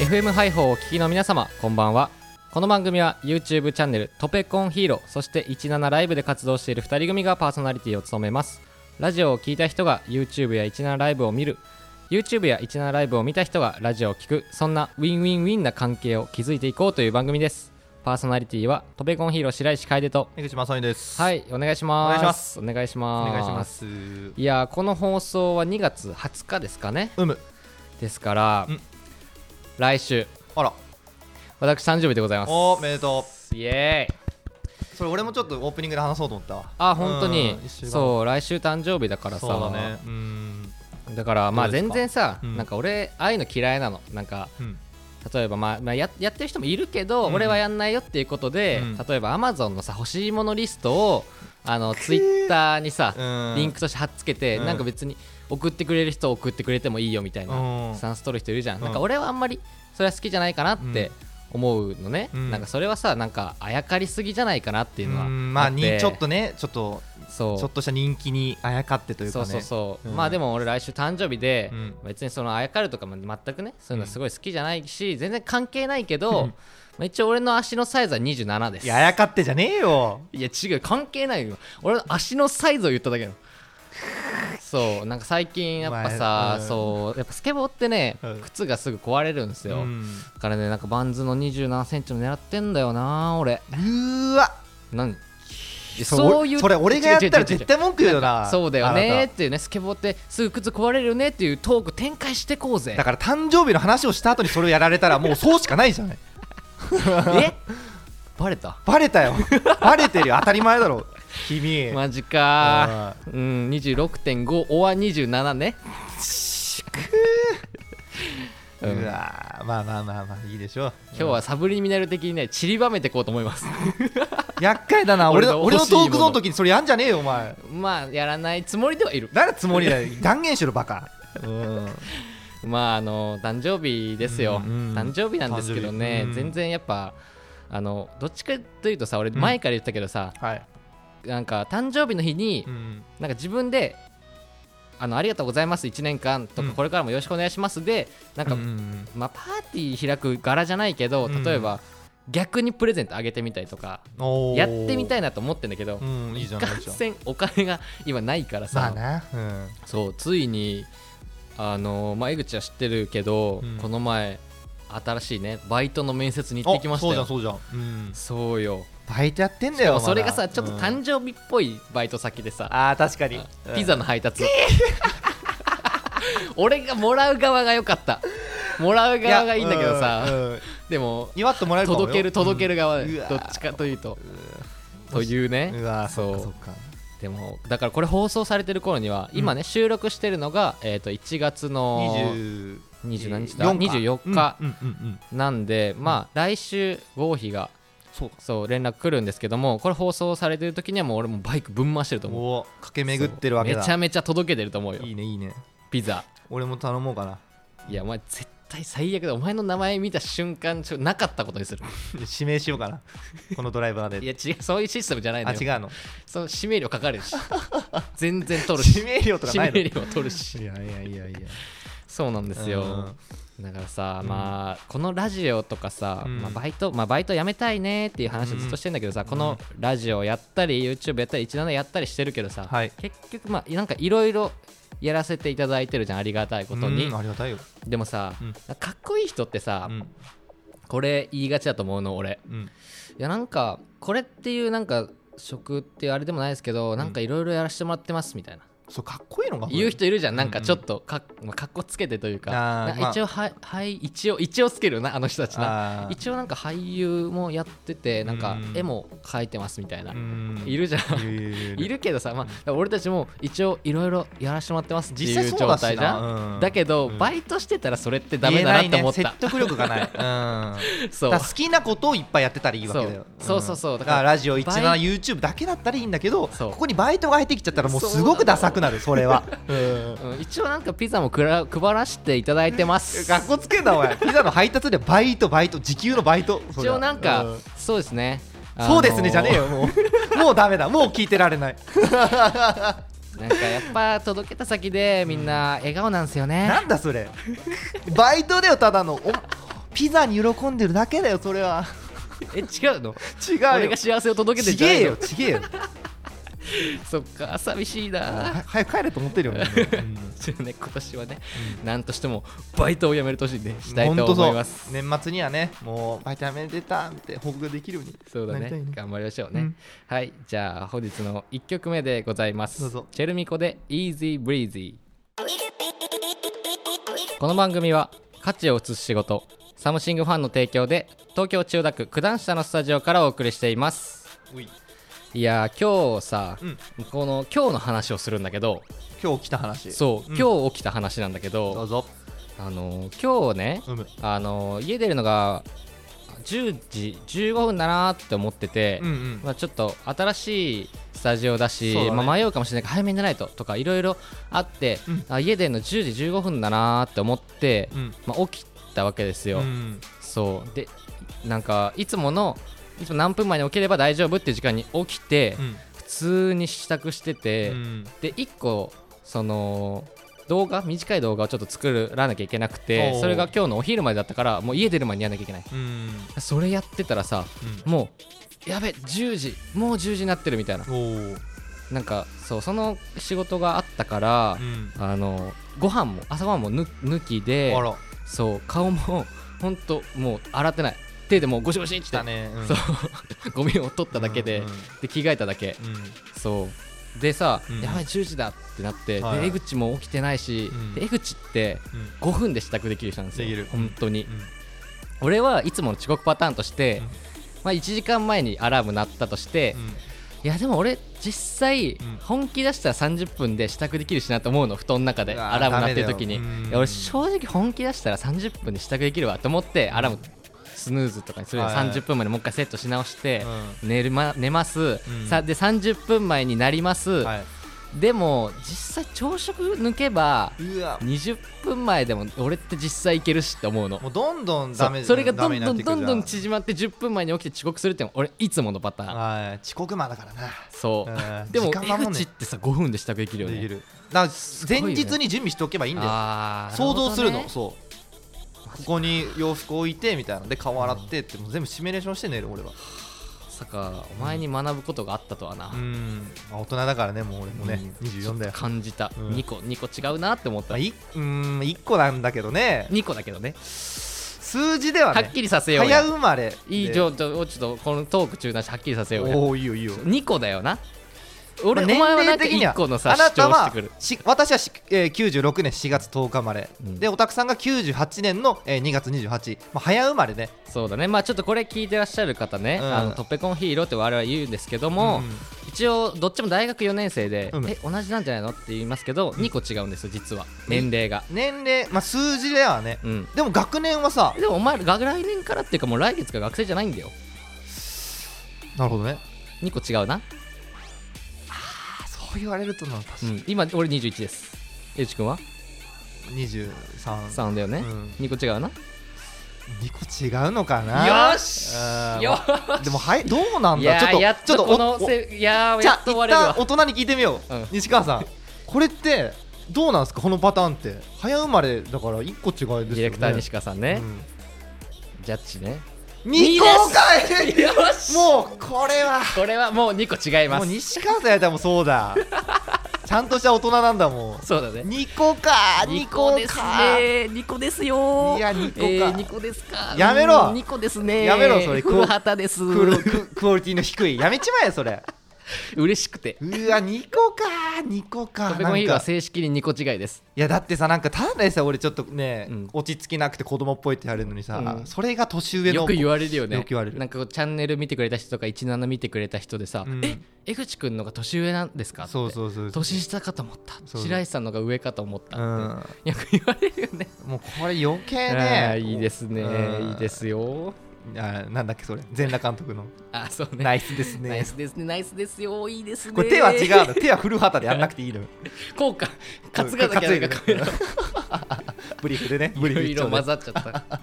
FM ハイホーをお聞きの皆様こんばんはこの番組は YouTube チャンネル「トペコンヒーロー」そして17ライブで活動している2人組がパーソナリティを務めますラジオを聞いた人が YouTube や17ライブを見る YouTube や17ライブを見た人がラジオを聞くそんなウィンウィンウィンな関係を築いていこうという番組ですパーソナリティはトペコンヒーロー白石楓と江口正美です。。はいいお願いしまお願いしますお願いしまおす願いします。いやーこの放送は2月20日ですかねうむ。ですから、うん来週あら。私誕生日でございますおーめでとイエーイう。それ俺もちょっとオープニングで話そうと思ったわ。あ本当にうん一緒だそう来週誕生日だからさそうだね。うん。だからまあどうです全か然さ、うんなんか俺ああいうの嫌いなのなんかうん。例えば、まあまあ、ややってる人もいるけど、うん俺はやんないよっていうことで、うん例えばアマゾンのさ欲しいものリストをあのツイッターにさ、うんリンクとして貼っつけて、うんなんか別に送ってくれる人送ってくれてもいいよみたいなうんスタンス取る人いるじゃん、うんなんか俺はあんまりそれは好きじゃないかなって思うのね、うんなんかそれはさなんかあやかりすぎじゃないかなっていうのはあうってんまあにちょっとねちょっとそうちょっとした人気にあやかってというかね。そうそうそう、うんまあでも俺来週誕生日で、うん別にそのあやかるとかも全くねそういうのすごい好きじゃないし、全然関係ないけど、うんまあ一応俺の足のサイズは27ですいやあやかってじゃねえよ。いや違う関係ないよ俺の足のサイズを言っただ けなのそうなんか最近やっぱさ、お前うんそうやっぱスケボーってね、うん靴がすぐ壊れるんですよ、うんだからねなんかバンズの2 7センチの狙ってんだよな俺うーわ。何そうそれ俺がやったら絶対文句言うよな。そうだよねあーっなていうねスケボーってすぐ靴壊れるよねっていうトーク展開してこうた。ぜだから誕生日の話をした後にそれをやられたらもうそうしかないじゃない。えバレたバレ たよ。バレてるよ当たり前だろ。君。マジかーうん26.5おわ27ねううんわーまあまあまあまあいいでしょう今日はサブリミナル的にね散りばめてこうと思います 厄介だな俺の俺の俺欲しのいものトークゾーンの時にそれやんじゃねえよお前まあやらないつもりではいる誰つもり だよ断言しろバカうんまああの誕生日ですよ、うんうん誕生日なんですけどね誕生日、うん全然やっぱあのどっちかというとさ俺ん前から言ったけどさ、はいなんか誕生日の日に、うんなんか自分であのありがとうございます1年間とかうんこれからもよろしくお願いしますでなんか、うんまあ、パーティー開く柄じゃないけどうん例えば、逆にプレゼントあげてみたりとかおーやってみたいなと思ってんだ けどう、んいいじゃないかんじゃんせんお金が今ないからさ、まあなうんそうついにあの、まあ、江口は知ってるけど、うんこの前新しいねバイトの面接に行ってきましたよあそうじゃんそうじゃんうんそうよバイトやってんだよまだそれがさちょっとうん誕生日っぽいバイト先でさ、あー確かにうんピザの配達 俺がもらう側が良かったもらう側がいいんだけどいやさうんうんでも祝ってもらえるかもよ届ける届ける側うんうでわどっちかというとというねうわーそうそっかそっかでもだからこれ放送されてる頃には今ね収録してるのがえっと1月の20 20何日だ24日うんうんうんうんなんでまあ来週合否がそうかそう連絡来るんですけどもこれ放送されてる時にはもう俺もうバイクぶん回してると思うおー駆け巡ってるわけだめちゃめちゃ届けてると思うよいいねいいねピザ俺も頼もうかない やお前絶対最悪だお前の名前見た瞬間ちょなかったことにする指名しようかなこのドライバーいでや違うそういうシステムじゃないのあよ違うのその指名料かかる し全然取るし指名料とか指ないの名い料取るしやいやいやいやそうなんですよだからさ、うんまあこのラジオとかさ、うんまあ、バイト、まあ、バイトやめたいねっていう話をずっとしてんだけどさ、このラジオやったり YouTube やったり17やったりしてるけどさ、はい結局まあなんかいろいろやらせていただいてるじゃんありがたいことに、うんありがたいよでもさ、うんかっこいい人ってさ、うんこれ言いがちだと思うの俺うんいやなんかこれっていうなんか職っていうあれでもないですけど、なんかいろいろやらせてもらってますみたいなそうかっこいいのか言う人いるじゃんなんうかんうんちょっとか,、まあ、かっこつけてというかあーなんか一応は、はい一応一応つけるよなあの人たちなあー一応なんか俳優もやっててなんかうん絵も描いてますみたいな、うんいるじゃんいるいるいるいるけどさ、まあ、だから俺たちも一応いろいろやらせてもらってますって実い際うそう状だし態じゃんだ,、なうんけど、うんバイトしてたらそれってダメだなって思った、言えないね説得力がないうんだかそうら好きなことをいっぱいやってたらいいわけだよそうそうんそうそうだだからからラジオバイ17 YouTube だけだったらいいんだけどそうここにバイトが入ってきちゃったらもうすごくダサくなるそ れはうんうん一応なんかピザもくら配らせていただいてます学校つけんなお前ピザの配達でバイトバイト時給のバイトそ一りゃ応なんか、うんそうですねそうですねじゃねえよよも うもうダメだもう聞いてられないなんかやっぱ届けた先でみんな笑顔なんですよねなんだそれバイトだよただのおピザに喜んでるだけだよそ れはえ違うの違う俺よが幸せを届けてんちじゃないげえのよちげえ よそっか寂しいなは早く帰れと思ってるよね、うん ちょっとね今年はね、なんとしてもバイトを辞める年に、ね、したいと思いますほんとそう年末にはねもうバイトやめてたって報告できるようにそうだなりたいね頑張りましょうね、うんはいじゃあ本日の1曲目でございますどうぞチェルミコで Easy Breezy この番組は価値を移す仕事サムシングファンの提供で東京千代田区九段下のスタジオからお送りしていますういいやー今日さ、うんこの今日の話をするんだけど今日来た話そう、ん今日起きた話なんだけどどうぞあの今日ね、うむあの家出るのが10時15分だなーって思ってて、うんうんまあ、ちょっと新しいスタジオだしそうだねまあ、迷うかもしれないから早めに寝ないととかいろいろあって、うんあ家出るの10時15分だなーって思って、うんまあ、起きたわけですよ、うんそうでなんかいつものいつも何分前に起きれば大丈夫っていう時間に起きて、うん普通に支度してて、うんで1個その動画短い動画をちょっと作らなきゃいけなくおてうそれが今日のお昼までだったからもう家出る前にやんなきゃいけないうんそれやってたらさもうやべ10時もう10時になってるみたいなうんおーなんかそうその仕事があったからうんあのご飯も朝ごはんもぬ抜きであらそう顔もほんともう洗ってない手でもうゴシゴシっ来てたねうんそうゴミを取っただけでうんうんで着替えただけうんそうでさ、うんやばい10時だってなって、はいはいで江口も起きてないし、うんで江口ってうん5分で支度できる人なんですよできる本当に、うん俺はいつもの遅刻パターンとして、うんまあ、1時間前にアラーム鳴ったとして、うんいやでも俺実際ん本気出したら30分で支度できるしなと思うの布団の中でうわアラーム鳴ってる時に、ダメだようんいや俺正直本気出したら30分で支度できるわと思ってアラームスヌーズとかにするよはいはい30分までもう一回セットし直して、うん寝るま、寝ます、うんさで30分前になります、はいでも実際朝食抜けばうわ20分前でも俺って実際いけるしって思うのもうどんどんそダメうそれがどんどダメんになどってくんるどんじ縮まって10分前に起きて遅刻するっての俺いつものパタゃんーンはい遅刻魔だからなそううんでも時間江守んね口ってさ5分で支度できるよねできるごだからい前よね日に準備しておけばいいんだよあー想像するなほのどねそうここに洋服置いてみたいなで顔洗ってってもう全部シミュレーションして寝る俺はまさかお前に学ぶことがあったとはな、うんまあ大人だからねもう俺もねうん24だよ感じた、うん2個2個違うなって思った、まあ、いうん1個なんだけどね2個だけどね数字でははねっきりさせよう早や生まれいいでじゃあちょちょっとこのトーク中断してはっきりさせようやおおいいよいいよ2個だよな俺、まあお前はなんか年齢的には1個のさあな主た張しはてくるし私はし、えー、96年4月10日生まれ、うんでおたくさんが98年の、えー、2月28、まあ、早生まれねそうだねまあちょっとこれ聞いてらっしゃる方ね、うんあのトッペコンヒーローって我々は言うんですけども、ん一応どっちも大学4年生で、うんえ同じなんじゃないのって言いますけど2個違うんですよ実は年齢が年齢、まあ、数字ではね、うんでも学年はさでもお前ら来年からっていうかもう来月から学生じゃないんだよなるほどね2個違うな、あそう言われるとな確うかに、ん、今俺21です江口君は23 3だよね、うん2個違うな2個違うのかなよしうんよでもはいどうなんいだやちょっーとやっちょっととこのおおせいやーじゃやあっと終一われる旦わ大人に聞いてみよう、うん西川さんこれってどうなんですかこのパターンって早生まれだから1個違いデですィよねレクター西川さんうね、んジャッジね未公開よしもうこれはこれはもう2個違いまもうす西川さんやったらもうそうだちゃんとした大人なんだもん そうだね2個か二2個個ですかね二個ですよいや二個かえー二個ですかやめろうん二個ですねやめろそれ古畑ですクロククオリティの低いやめちまえそれ嬉しくてうわ2個か2個かトペなコンヒんーローはか正式に二個違いですいやだってさなんかただでさ俺ちょっとね、うん落ち着きなくて子供っぽいって言われるのにさ、うんそれが年上のよく言われるよねよく言われるなんかこうチャンネル見てくれた人とか17見てくれた人でさうんえ江口くんのが年上なんですかってそうそうそう年下かと思ったそう白石さんのが上かと思っうたんっもてよく言われるよねうこれ余計あねーいいですねうんいいですよあーなんだっけそれ全裸監督のあそうねナイスですナイねスですねナイスですよいいですねこれ手は違うの手は古畑でやんなくていいのよ こうか担がなきゃ 担ないんでかねブリーフでねいブリーろフい一ろ丁混でざっちゃった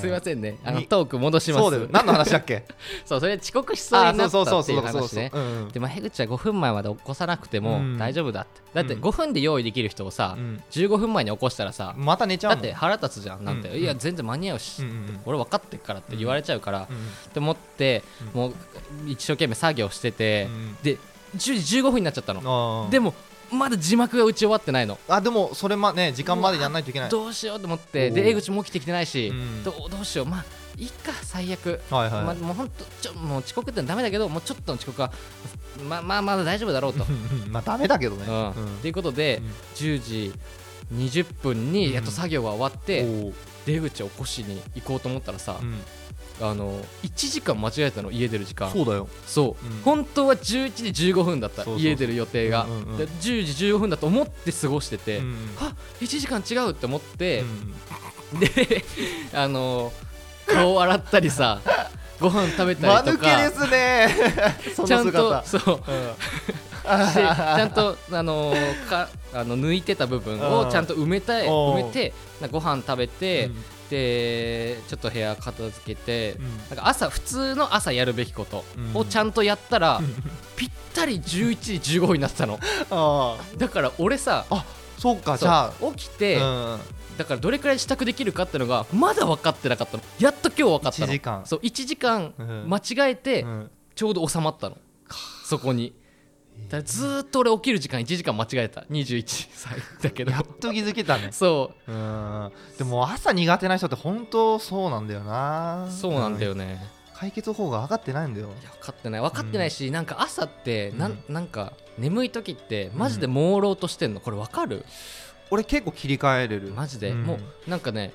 すいませんねあのにトーク戻しますそうだよ何の話だっけそうそれで遅刻しそうあになーったそっうそうてそいううそうそう話そうねうんうんでも江口は5分前まで起こさなくてうもん大丈夫だって、だってうん5分で用意できる人をさ、うん15分前に起こしたらさ、また寝ちゃうだもっんて腹立つじゃんなんて、うんいや全然間に合うし、うんうんうん俺分かってるからって言われちゃうから、うんって思って、うんもう一生懸命作業してて、うんで10時15分になっちゃったの、あーでもまだ字幕が打ち終わってないのあでもそれまね時間までやんないといけないどうしようと思っておでー江口も起きてきてないし、うんどうどうしようまあいいか最悪はいはいまあ、もう本当ちょもう遅刻ってのはダメだけどもうちょっとの遅刻はままあまだ大丈夫だろう と、うんうんまあダメだけどねうんうんっていうことで、うん10時20分にやっと作業が終わって、おー出口を起こしに行こうと思ったらさう、んあの1時間間違えたの家出る時間そうだよそううん本当は11時15分だったそうそうそう家出る予定が、うんうんうんで10時15分だと思って過ごしてて、うんあ1時間違うって思って、うんであの顔洗ったり さご飯食べ間たり抜とけかです ねそのちゃんと姿そう してちゃんとあのーかあの抜いてた部分をうんちゃんと埋めたいおう埋めてなんかご飯食べて、うんでちょっと部屋片付けて、うんなんか朝普通の朝やるべきことうんをちゃんとやったら、ぴったり11時15分になってたのあーだから俺さあそうかじそうゃあ起きて、うんだからどれくらい支度できるかってのがまだ分かってなかったのやっと今日分かったの1時間そう1時間うん間違えて、うんちょうど収まったのそこにだからずーっと俺起きる時間1時間間違えた21歳だけどやっと気づけたねそうーんでも朝苦手な人って本当そうなんだよなうそうなんだうよね解決方法が分かってないんだよいや分かってない分かってないし、なんか朝ってな,、んうん、なんか眠い時ってマジで朦朧としてんのこれ分かる俺結構切り替えれるマジで、うんもうなんかね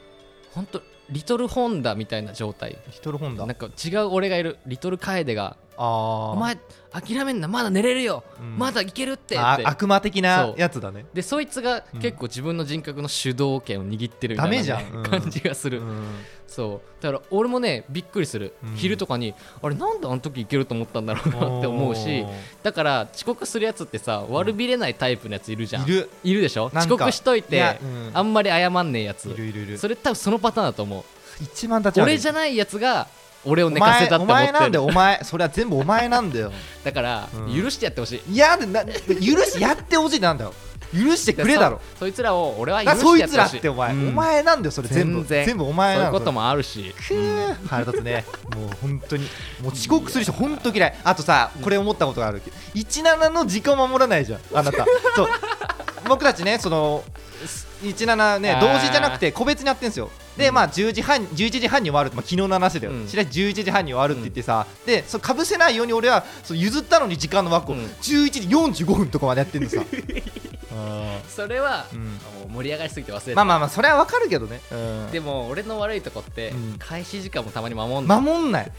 ほんとリトルホンダみたいな状態リトルホンダなんか違う俺がいるリトルカエデがああ「お前諦めんなまだ寝れるよ、うんまだいけるって」っあて悪魔的そなうやつだねでそいつがうん結構自分の人格の主導権を握ってるみたいな、ダメじゃんう ん感じがする、うんそうだから俺もねびっくりする、うん昼とかにあれなんであの時行けると思ったんだろうなって思うしだから遅刻するやつってさ悪びれないタイプのやついるじゃんいるいるでしょなん遅か刻しといいてやうんあんまり謝んねえやついるいるいるそれ多分そのパターンだと思う一番立ち悪い俺じゃないやつが俺をお寝かせ前たってお思っ前てなんだるよお前それは全部お前なんだよだからうん許してやってほしいいやでな許しやってほしいなんだよ許してくれだろそそいつらを俺はだ許かしてらそいやっつてらほっしいてお前、うんお前なんだよそれ全部全然全部お前そういなうんこともあるしくー腹立つねもう本当にもう遅刻する人本当嫌いあとさこれ思ったことがある17の時間守らないじゃんあなたそう僕たちねその17ねあー同時じゃなくて個別にやってんですよでまあ10時半11時半に終わる、まあ、昨日の話だよ、うん白井11時半に終わるって言ってさ、でそかぶせないように俺はそう譲ったのに時間の枠をうん11時45分とかまで やってんのさ、あそれはーうんもう盛り上がりすぎて忘れてたまあまあまあそれはわかるけどね、うんでも俺の悪いとこってうん開始時間もたまに守んの守んない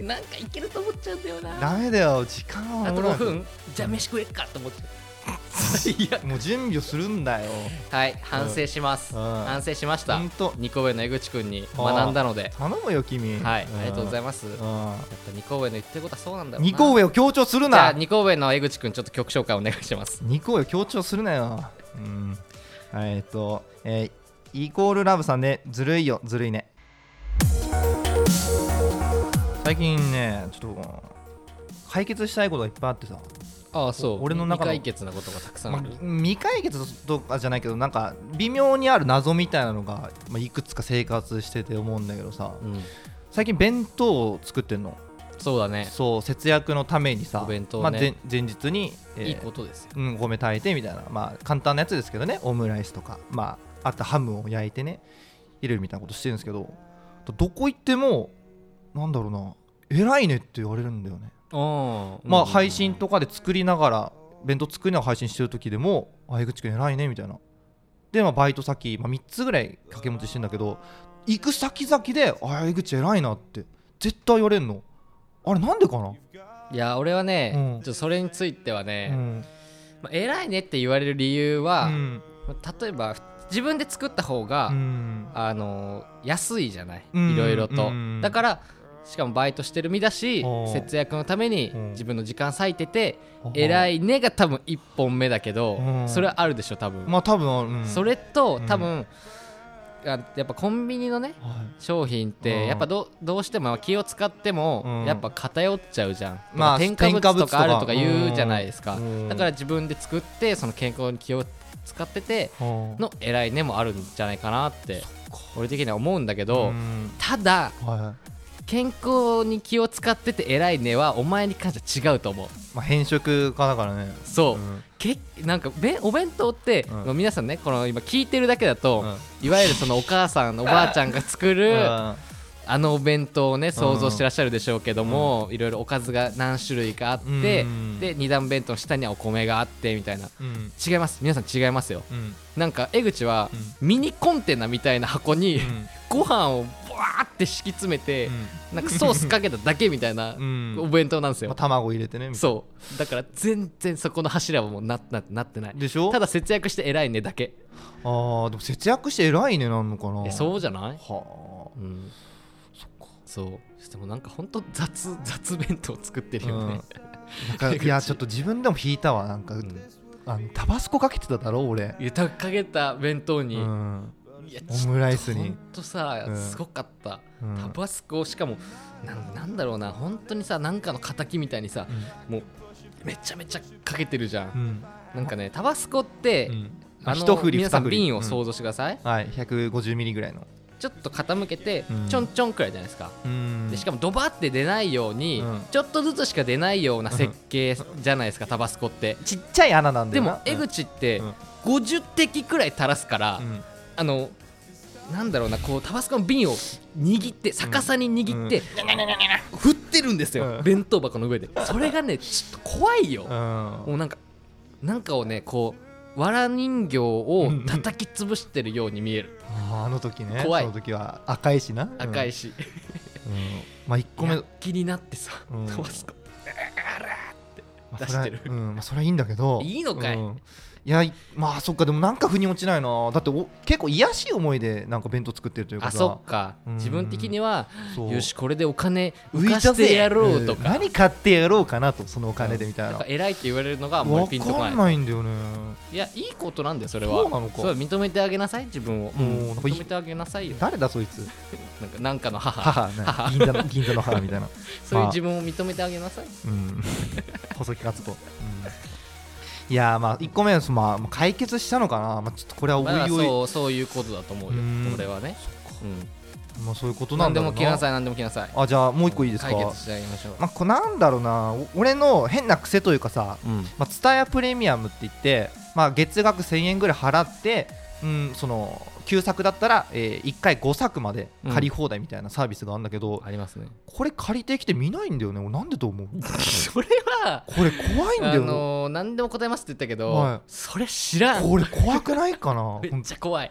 なんかいけると思っちゃうんだよなダメだよ時間はあと守らな5い分じゃあ飯食えっかと思っていやもう準備をするんだ よはい反省しますうん反省しましたほんと2個上の江口くんに学んだので頼むよ君はいありがとうございまますやっぱ2個上の言ってることはそうなんだろうな二個上を強調するじゃあな2個上の江口くんちょっと曲紹介お願いします二個上を強調するなようんはいえっとえーイコールラブさんでずるいよずるいね最近ねちょっと解決したいことがいっぱいあってさ、ああそうお俺の中の未解決なことがたくさんまあある、未解決とかじゃないけどなんか微妙にある謎みたいなのが、まあ、いくつか生活してて思うんだけどさうん最近弁当を作ってんのそうだねそう節約のためにさお弁当ねまあ、前前日に、えーいいことですようん、お米炊いてみたいな、まあ、簡単なやつですけどねオムライスとか、まあ、あとハムを焼いてね入れるみたいなことしてるんですけどどこ行ってもなんだろうな偉いねって言われるんだよね、うんまあ配信とかで作りながら弁当作りながら配信してる時でも「あ江口君偉いね」みたいなで、まあ、バイト先、まあ、3つぐらい掛け持ちしてんだけど行く先々で「あ江口偉いな」って絶対言われんのあれなんでかないや俺はね、うんちょっとそれについてはうね、んまあ、偉いねって言われる理由うは、ん例えば自分で作った方が、うんあの安いじゃないうんいろいろと、うんだからしかもバイトしてる身だしおー節約のためにうん自分の時間割いててあ偉いねが多分1本目だけどうんそれはあるでしょ多分、まあ多分、うんそれとうん多分、あやっぱコンビニのねはい商品っうんてやっぱどうどうしても気を使ってうんもやっぱ偏っちゃうじゃん、まあ添加物とかあるとか添加物とか言うじゃないですか、うんだから自分で作ってその健康に気を使っててのの偉いねもあるんじゃないかなって俺的には思うんだけど、うんただは健康に気を使ってて偉いねはお前に関しては違うと思ういまあ、変色家だからねそう、うんけなんかべお弁当って、うん皆さんねこの今聞いてるだけだと、うんいわゆるそのお母さんおばあちゃんが作るうんあのお弁当をね想像してらっしゃるでしょうけども、いろいろおかずが何種類かあって、うんで二段弁当の下にはお米があってみたいなうん違います皆さん違いますようんなんか江口は、ミニコンテナみたいな箱に、うんご飯をバーって敷き詰めて、なんかソースかけただけみたいなうんうおん弁当なんですよ、まあ、卵入れてねみたいそうだから全然そこの柱はもうなななってないなでしょただ節約して偉いねだけあーでも節約して偉いねなんのかなえそうじゃうないはうんそっかそうでもなんかほんと雑雑弁当作ってる よね、あなんかいやちょっと自分でも引いたわなんか、あのタバスコかけてただろ俺、いやたかけた弁当うに、ん、いやオムライスほにんとさ、うんすごかった、うんタバスコしかもなんなんだろうな本当にさなんかの敵みたいにさ、もうめちゃめちゃかけてるじゃん、うんなんかねタバスコって、うんあの一振り皆さ二ん振り瓶をうん想像してください、はい150ミリぐらいのちょっと傾けて、うんちょんちょんくらいじゃないですか、うんでしかもドバって出ないように、うんちょっとずつしか出ないような設計じゃないですか、タバスコってちっちゃい穴なんだでよもな江口ってうん50滴くらい垂らすから、うんあのなんだろうなこうタバスコの瓶を握って逆さに握って、振ってるんですよ、うん弁当箱の上でそれがねちょっと怖いよ、うんもうなんかなんかをねこうわら人形を叩き潰してるように見える、あーあの時ね怖いその時は赤いしな赤いし、し、うんまあ1個目、ま気になってさ、うんタバスコ出あそれしはてるうんまあ、それはいいんだけどいいのかいうんいやいまあそっかでもなんか腑に落ちないなだってお結構癒やしい思いでなんか弁当作ってるというかあさそっかうん自分的にはそうよしこれでお金浮浮かいたしぜてやろうとんか何買ってやろうかなとそのお金でみたいんなか偉いって言われるのがもう分ピンとこかないんいないんだよねやいいことなんだよそれはそうなのかそれは認めてあげなさい自分を、うんなんかいい認めてあげなさいよ誰だそいつなんかなんかの母母ね銀座の銀座の母みたいな そういう自分を認めてあげなさい、うん 細木勝子うんいやーまあ1個目はまあもう解決したのかなまあちょっとこれはおいまあ、おいそうそういうことだと思うようん俺はね、うん、まあそういうことな何んでだろもう来ななさい何でも来なさいあじゃあもう1個いいですか解決してあげましょう、まあこうなんだろうなお俺の変な癖というかさうんまあ、ツタヤプレミアムって言って、まあ、月額1000円ぐらい払って、うん、その旧作だったら、え1回5作まで借り放題みたいなサービスがあるんだけど、あり ますねこれ借りてきて見ないんだよね俺なんでと思うそれはこれ怖いんだあよ、のー何でも答えますって言ったけど、はいそれ知らんこれ怖くないかな めっちゃ怖い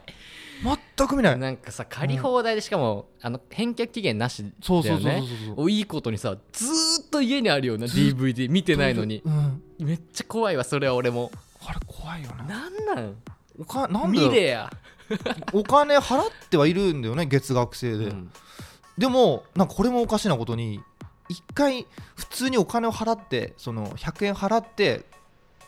ほん全く見ないなんかさ借り放題でしかも、あの返却期限なしだよねそうそうそうそうそうおいいことにさずーっと家にあるような DVD 見てないのにうん、めっちゃ怖いわそれは俺もあれ怖いよねなんなんおかなん見でれや、お金払ってはいるんだよね月額制で、うんでもなんかこれもおかしなことに一回普通にお金を払ってその100円払って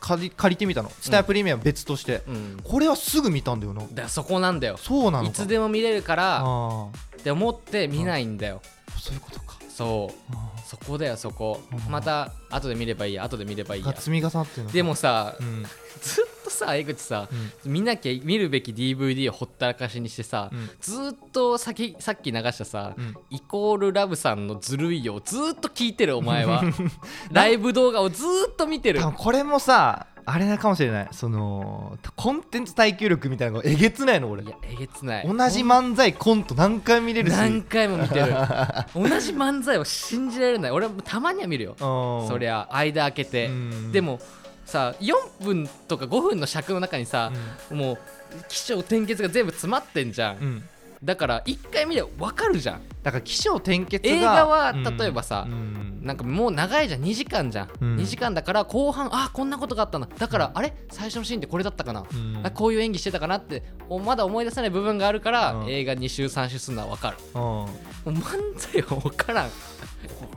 借り借りてみたのスタイプレミアムは別として、うん、だかこれはすぐ見たんだよならそこなんだよそうなのかいつでも見れるからあって思って見ないんだよ、あそういうことかそうあそこだよそこ、うんまた後で見ればいいや後で見ればいあいがや積み重なってるのでもさ、うんうんずっとさ江口さ見なきゃ見るべき DVD をほったらかしにしてさ、うんずーっとさっきさっき流したさ、うんイコールラブさんのずるいよをずーっと聞いてるお前 はライブ動画をずーっと見てる多分これもさあれなかもしれないそのコンテンツ耐久力みたいなのがえげつないの俺い同やえげつないじ漫才コント何回見れるし何回も見てる 同じ漫才を信じられない俺もたまには見るよそそりゃ間空けてうんでもさ4分とか5分の尺の中にさ、もう起承転結が全部詰まってんじゃん、うんだから1回見れば分かるじゃんだから起承転結が映画はうん例えばさうんなんかもう長いじゃん2時間じゃん、うん2時間だから後半あこんなことがあったなだから、あれ最初のシーンってこれだったかな、うんあこういう演技してたかなっておまだ思い出さない部分があるから、うん映画2週3週するのは分かるうんもう漫才は分からん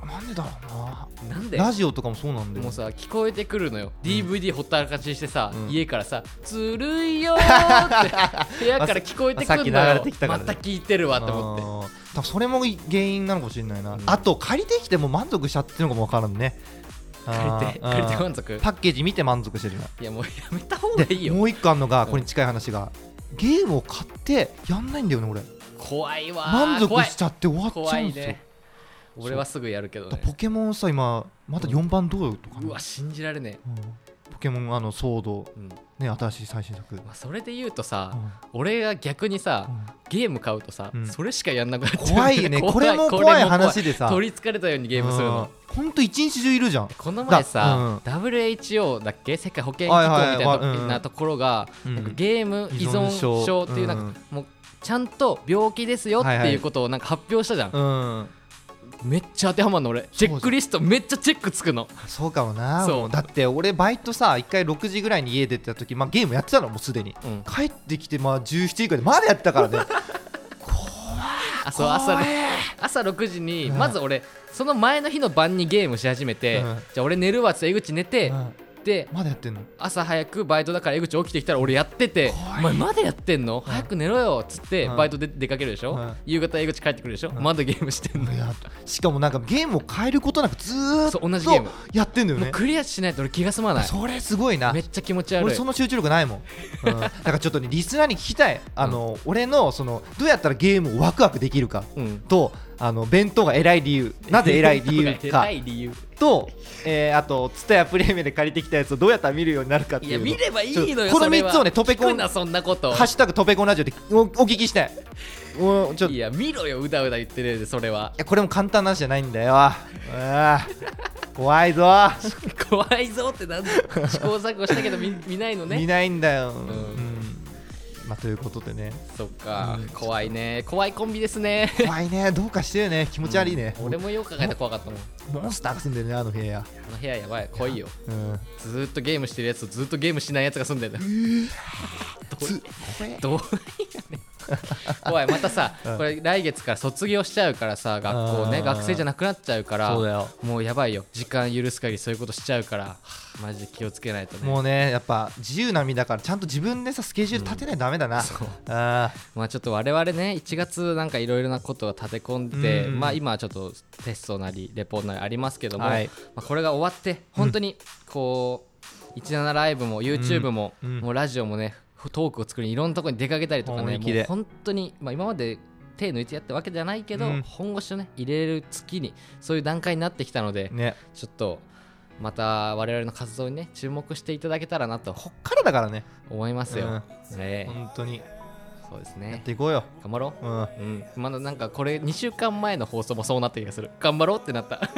なんでだろうななんでラジオとかもそうなんだよもうさ聞こえてくるのよ、DVD ほったらかしにしてさ、うん家からさ「つるいよ」って部 屋から聞こえてくるのあさっきよ流れてきたからねまた聞いてるわって思って思って多分それも原因なのかもしれないな、うんあと借りてきても満足しちゃってるのかも分からんね借りてあー借りてうん満足パッケージ見て満足してるないやもうやめた方がいいよもう一個あんのがうんこれに近い話が、ゲームを買ってやんないんだよね俺怖いわー満足怖いしちゃって終わっち怖ゃうんいですよ、ね俺はすぐやるけどだねからポケモンさ今また4番どうとかねうわ信じられねうんポケモンあのソードえ、うんね新しい最新作、まあ、それで言うとさ、うん俺が逆にさ、うんゲーム買うとさ、うんそれしかやんなくなっちゃう怖 いねこれも怖い話でさ取りつかれたようにゲームするのうんほんと一日中いるじゃんこの前さ、WHO だっけ世界保健機構みたいなはいと,、はいうんなところが、うんなんかゲーム依存症っていうなんか、もうちゃんと病気ですよってはいはいいうことをなんか発表したじゃん、うんめっちゃ当てはまるの俺チェックリストめっちゃチェックつくのそうかもなそうもうだって俺バイトさ一回6時ぐらいに家出てた時、まあ、ゲームやってたのもうすでにうん帰ってきてまあ17時ぐらいでまだやってたからねあそう朝ね朝6時にうんまず俺その前の日の晩にゲームし始めて、うんじゃあ俺寝るわっつって江口寝て、うんでまだやってんの朝早くバイトだから江口起きてきたら俺やってて「怖おい前まだやってんの早く寝ろよ」っつってうんバイトで出かけるでしょ、うん夕方江口帰ってくるでしょ、んまだゲームしてんのいよ、やしかもなんかゲームを変えることなくずーっそう同じゲームとやってんだよもうねクリアしないと俺気が済まないそれすごいなめっちゃ気持ち悪俺いその集中力ないもん、うん、だからちょっとねリスナーに聞きたいあの、俺のそのどうやったらゲームをワクワクできるかうんとあの弁当が偉い理由なぜ偉 い理由か偉い理由と、えー、あと、ツタヤプレミアで借りてきたやつをどうやったら見るようになるかっていいやうの見ればいいのよちょっとこのそれは三つをねトペコン聞くなそんなことハッシュタグトペコンラジオでおお聞きしたい。もうちょっといいや見ろようだうだ言ってるでそれはやこれも簡単な話じゃないんだよ。ああ怖いぞ、怖いぞってなんで試行錯誤したけど見見ないの見ねないんだよ。うんんまあ、ということ でね、そっか怖いね怖いコンビですね怖いね、どうかしてるね、気持ち悪いね。俺もよく考えたら怖かったもんモンスターが住んでるね、あの部屋。あの部屋やばい怖いようん、ずーっとゲームしてるやつとずーっとゲームしないやつが住んでるつ怖えどう 怖いまたさ、うんこれ来月から卒業しちゃうからさ学校ねあー学生じゃなくなっちゃうからそうだよもうやばいよ時間許す限りそういうことしちゃうからマジで気をつけないとねもうね、やっぱ自由な身だから、ちゃんと自分でさ、スケジュール立てないとダメだな。そうあまあちょっと我々ね1月なんかいろいろなことを立て込んでて、うんまあ今はちょっとテストなりレポなりありますけども、はいまあ、これが終わって本当にこう、17ライブも YouTube も、うんもうラジオもねトークを作りにいろんなところに出かけたりとかもうね本気もでう本当に、まあ、今まで手抜いてやったわけじゃないけど、うん本腰をね入れる月にそういう段階になってきたので、ーね、ちょっとまた我々の活動にね注目していただけたらなとこっからだからね、思いますよ。ええ本当に。そうですやっねていこうよ。頑張ろううんうん、まだなんかこれ2週間前の放送もそうなった気がする頑張ろうってな っただか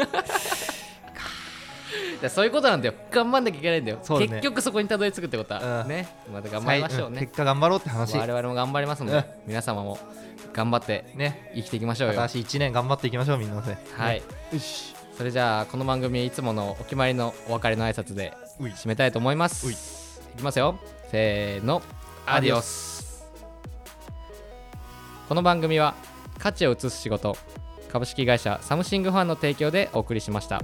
らそういうことなんだよ頑張んなきゃいけないんだよそうだね結局そこにたどり着くってことは、うんねまた頑張りましょうはいんね、結果頑張ろうって話我々も頑張りますので、うん皆様も頑張ってね生きていきましょうよ新しい1年頑張っていきましょうみんなではねいよしそれじゃあこの番組いつものお決まりのお別れの挨拶でうい締めたいと思いますういいきますよせーのアディオスこの番組は価値を移す仕事株式会社サムシングファンの提供でお送りしました